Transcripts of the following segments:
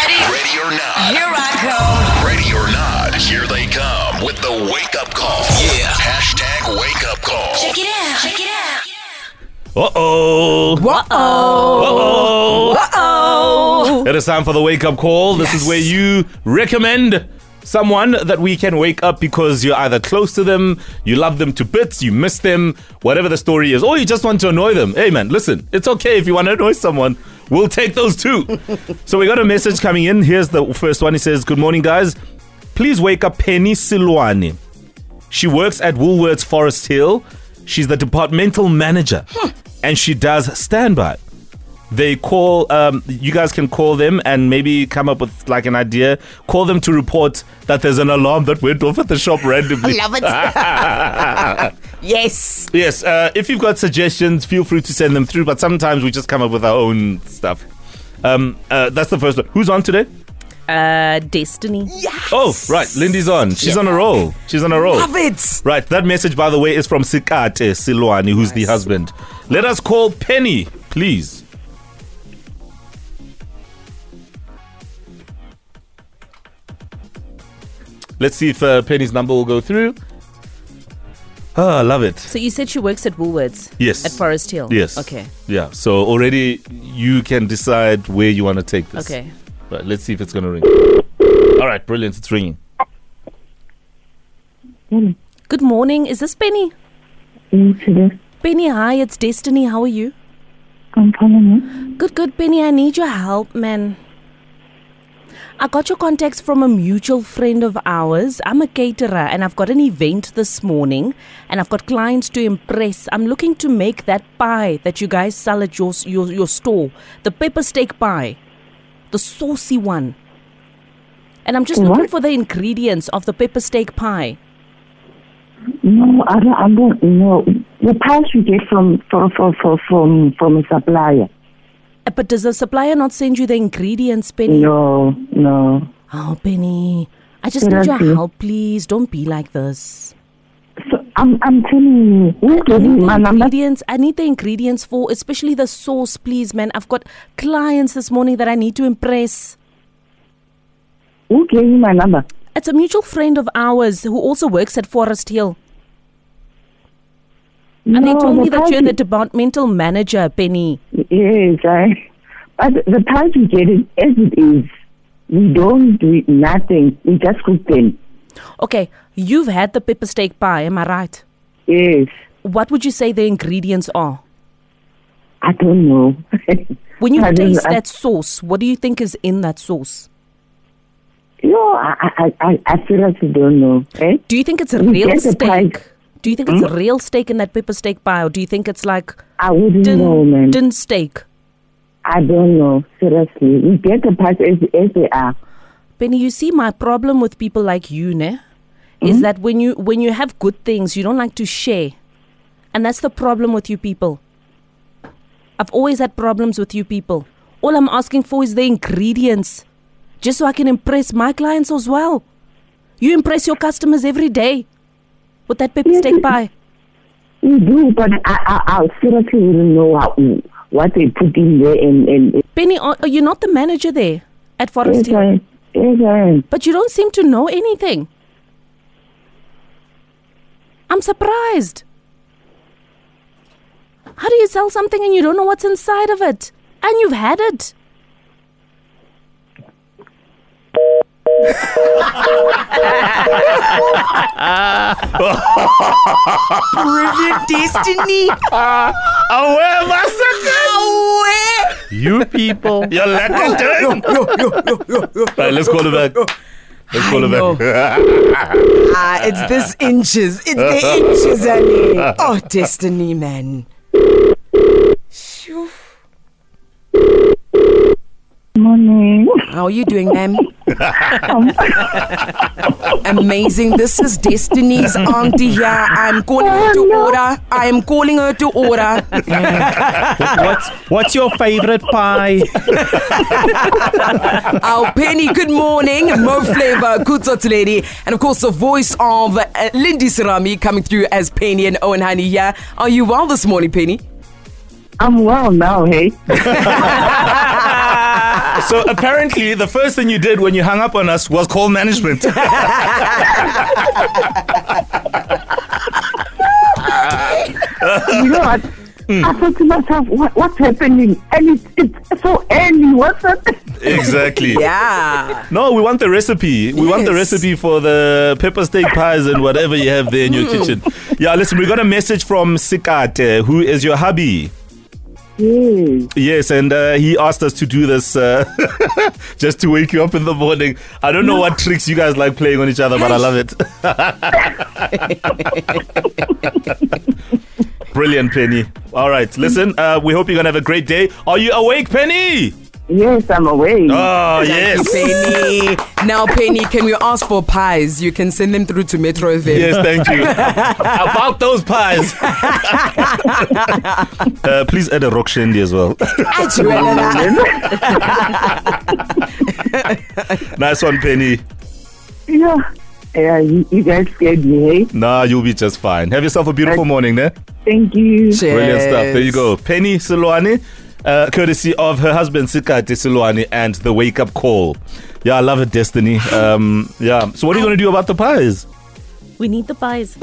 or not. Here I Ready or not, here they come with the wake up call. Yeah. Hashtag wake up call. go. Check it out. Check it out. Uh oh. Whoa. Uh Whoa. It is time for the wake up call. This is where you recommend someone that we can wake up because you're either close to them, you love them to bits, you miss them, whatever the story is, or you just want to annoy them. Hey man, listen, it's okay if you want to annoy someone. We'll take those too. so we got a message coming in. Here's the first one. He says, Good morning, guys. Please wake up Penny Silwani. She works at Woolworths Forest Hill. She's the departmental manager, and she does standby. They call. Um, you guys can call them and maybe come up with like an idea. Call them to report that there's an alarm that went off at the shop randomly. Love it. yes. yes. Uh, if you've got suggestions, feel free to send them through. But sometimes we just come up with our own stuff. Um, uh, that's the first one. Who's on today? Uh, Destiny. Oh, right. Lindy's on. She's on a roll. She's on a roll. Love it. Right, that message, by the way, is from Sikate Silwani, who's the husband. Let us call Penny, please. Let's see if uh, Penny's number will go through. Ah, I love it. So you said she works at Woolworths. Yes. At Forest Hill. Yes. Okay. Yeah, so already you can decide where you want to take this. Okay. Right, let's see if it's going to ring. All right, brilliant. It's ringing. Good morning. Is this Penny? today. Penny, hi. It's Destiny. How are you? I'm calling Good, good, Penny. I need your help, man. I got your contacts from a mutual friend of ours. I'm a caterer and I've got an event this morning and I've got clients to impress. I'm looking to make that pie that you guys sell at your, your, your store the pepper steak pie, the saucy one. And I'm just looking What? for the ingredients of the pepper steak pie. you. No, I don't, I don't know. The price we get from from from from from, from a supplier. Uh, But does the supplier not send you the ingredients, Penny? No, no. Oh, Penny. I just Can I need your see? help, please. Don't be like this. So I'm I'm telling you, who gave I you need my the number? ingredients. I need the ingredients for, especially the sauce, please, man. I've got clients this morning that I need to impress. Who gave you my number? It's a mutual friend of ours who also works at Forest Hill. And no, they told me the that you're the price departmental manager, Penny. we- Yes, I. But the price we get it as it is. We don't do nothing. We just cook them. Okay, you've had the pepper steak pie, am I right? Yes, What would you say the ingredients are? I don't know. When you I don't- taste I- that sauce, what do you think is in that sauce? no, I I I, I seriously don't know. Eh? Do you think it's We real get the pie. Hmm? steak? Do you think it's real steak in that pepper steak pie, or do you think it's like I wouldn't tin, know, man. tin steak? I don't know. Seriously, we get the price as, as they are. Penny, you see, my problem with people like you, ne, Hmm? is that when you when you have good things, you don't like to share, and that's the problem with you people. I've always had problems with you people. All I'm asking for is the ingredients, just so I can impress my clients as well. You impress your customers every day with that pepper Yes, steak it- pie. We do, but I, I, I seriously wouldn't know how, what they put in there. And, and Penny, are, are you not the manager there at Forest yes, Hill? I, yes, I am. But you don't seem to know anything. I'm surprised. How do you sell something and you don't know what's inside of it? And you've had it. Brilliant destiny. Away, massacre! Oh, You people. Your lack of Yo, doing. yo, yo, yo, yo, yo. Right, let's call her back. Let's call her back. Ah, it's this inches. It's the inches, honey. Oh, destiny, man. Shoo. Morning. How are you doing, ma'am? Amazing. This is Destiny's auntie here. I'm calling her to order. I am calling her to order. What's what's your favorite pie? Our Penny, good morning. Mo Flavor, Kutsot Lady. And of course, the voice of uh, Lindy Sarami coming through as Penny and Owen Honey. Yeah. Are you well this morning, Penny? I'm well now, hey? So apparently, the first thing you did when you hung up on us was call management. you know what? I thought to myself, what, what's happening? And it's, it's so early. What's happening? exactly. Yeah. No, we want the recipe. We want the Yes. recipe for the pepper steak pies and whatever you have there in your kitchen. Yeah, listen, we got a message from Sikate, who is your hubby. Yes. Yes, and uh, he asked us to do this uh, just to wake you up in the morning. I don't know what tricks you guys like playing on each other, but I love it. Brilliant, Penny. All right, listen, uh, we hope you're going to have a great day. Are you awake, Penny? Yes, I'm away. Oh, Thank yes. you, Penny. Now, Penny, can we ask for pies? You can send them through to Metro FM. Yes, thank you. About those pies. uh, please add a rock shandy as well. nice one, Penny. yeah. Yeah, you, you guys scared me, hey? Nah, you'll be just fine. Have yourself a beautiful morning, there. Thank you. Cheers. Brilliant stuff. There you go. Penny Silwani, uh, courtesy of her husband Sikati Silwani and the wake up call. Yeah, I love it, Destiny. Um, yeah. So, what are you going to do about the pies? We need the pies.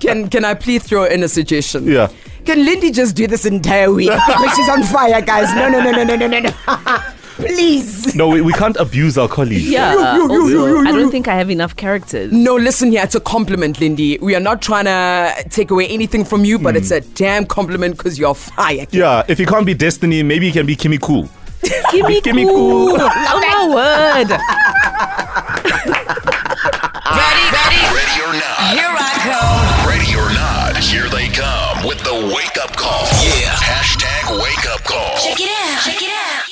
Can Can I please throw in a suggestion? Yeah. Can Lindy just do this entire week because she's on fire, guys? No, no, no, no, no, no, no, no. Please. No, we, we can't abuse our colleagues. Yeah. You, you, you, also, you, you, I you. don't think I have enough characters. No, listen here. It's a compliment, Lindy. We are not trying to take away anything from you, but it's a damn compliment because you're fire. kid. Hmm. Yeah, if you can't be Destiny, maybe you can be Kimmy Cool. Give me Kimmy cool. Oh my word. Ready, ready, Ready or not, here I come. ready or not, here they come with the wake up call. Yeah. Hashtag wake up call. Check it out, check it out.